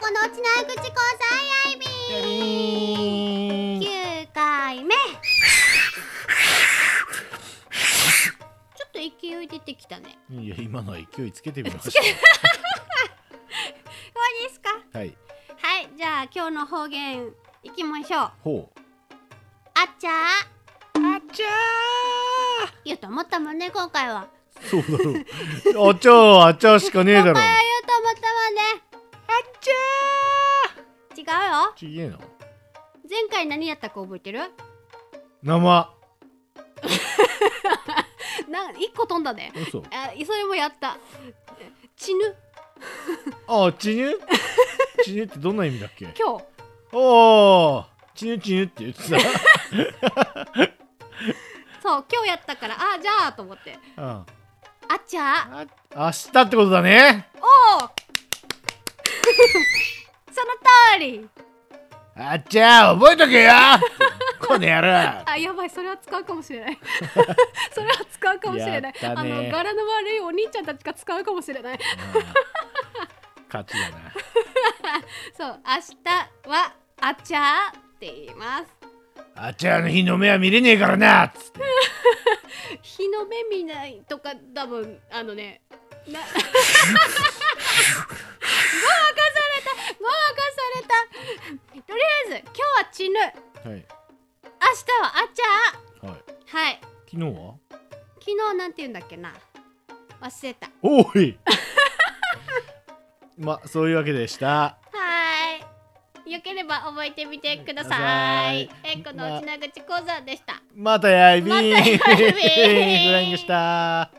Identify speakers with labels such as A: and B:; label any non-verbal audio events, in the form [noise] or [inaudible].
A: このうちの口交際アイビー9回目ちょっと勢い出てきたね
B: いや今のは勢いつけてみました
A: 終わりですか
B: はい
A: はいじゃあ今日の方言いきましょうあ
B: ほう
A: っちゃー
B: あちゃ
A: 言うと思ったもんね今回は
B: ーそうだろうあちゃーあちゃーしかねえだろ
A: 今回は言うと思ったもんねあっちゃー違うよ
B: ちげえな
A: 前回何やったか覚えてる
B: 生
A: な一個飛んだね
B: 嘘
A: あそれもやった血ぬ
B: あち [laughs] ぬちぬってどんな意味だっけ
A: 今日
B: おーちぬちぬって言ってた
A: そう今日やったからあじゃあと思って
B: [laughs] うん
A: あっちゃー
B: あ明日ってことだね
A: おお [laughs] その通り
B: あちゃー覚えとけよこの野郎
A: あやばいそれは使うかもしれない
B: [laughs]
A: それは使うかもしれない、
B: やった
A: あ
B: ね
A: の柄の悪いお兄ちゃんたちが使うかもしれない
B: うん勝ちだな
A: そう明日はあっちゃーって言います
B: あちゃーの日の目は見れねえからなっつって
A: 日の目見ないとか多分あのねな [laughs] ごまかされたごまかされたとりあえず今日は死ぬ明日
B: はい
A: はあっちゃ
B: はい
A: ーはい
B: 昨日は
A: 昨日なんて言うんだっけな忘れたは
B: おい [laughs] まあそういうわけでした
A: ーいよければ覚えてみてください
B: くださ
A: え
B: い
A: このうちなぐち講座でした、
B: またやいびー [laughs]
A: またやいびー
B: フライングした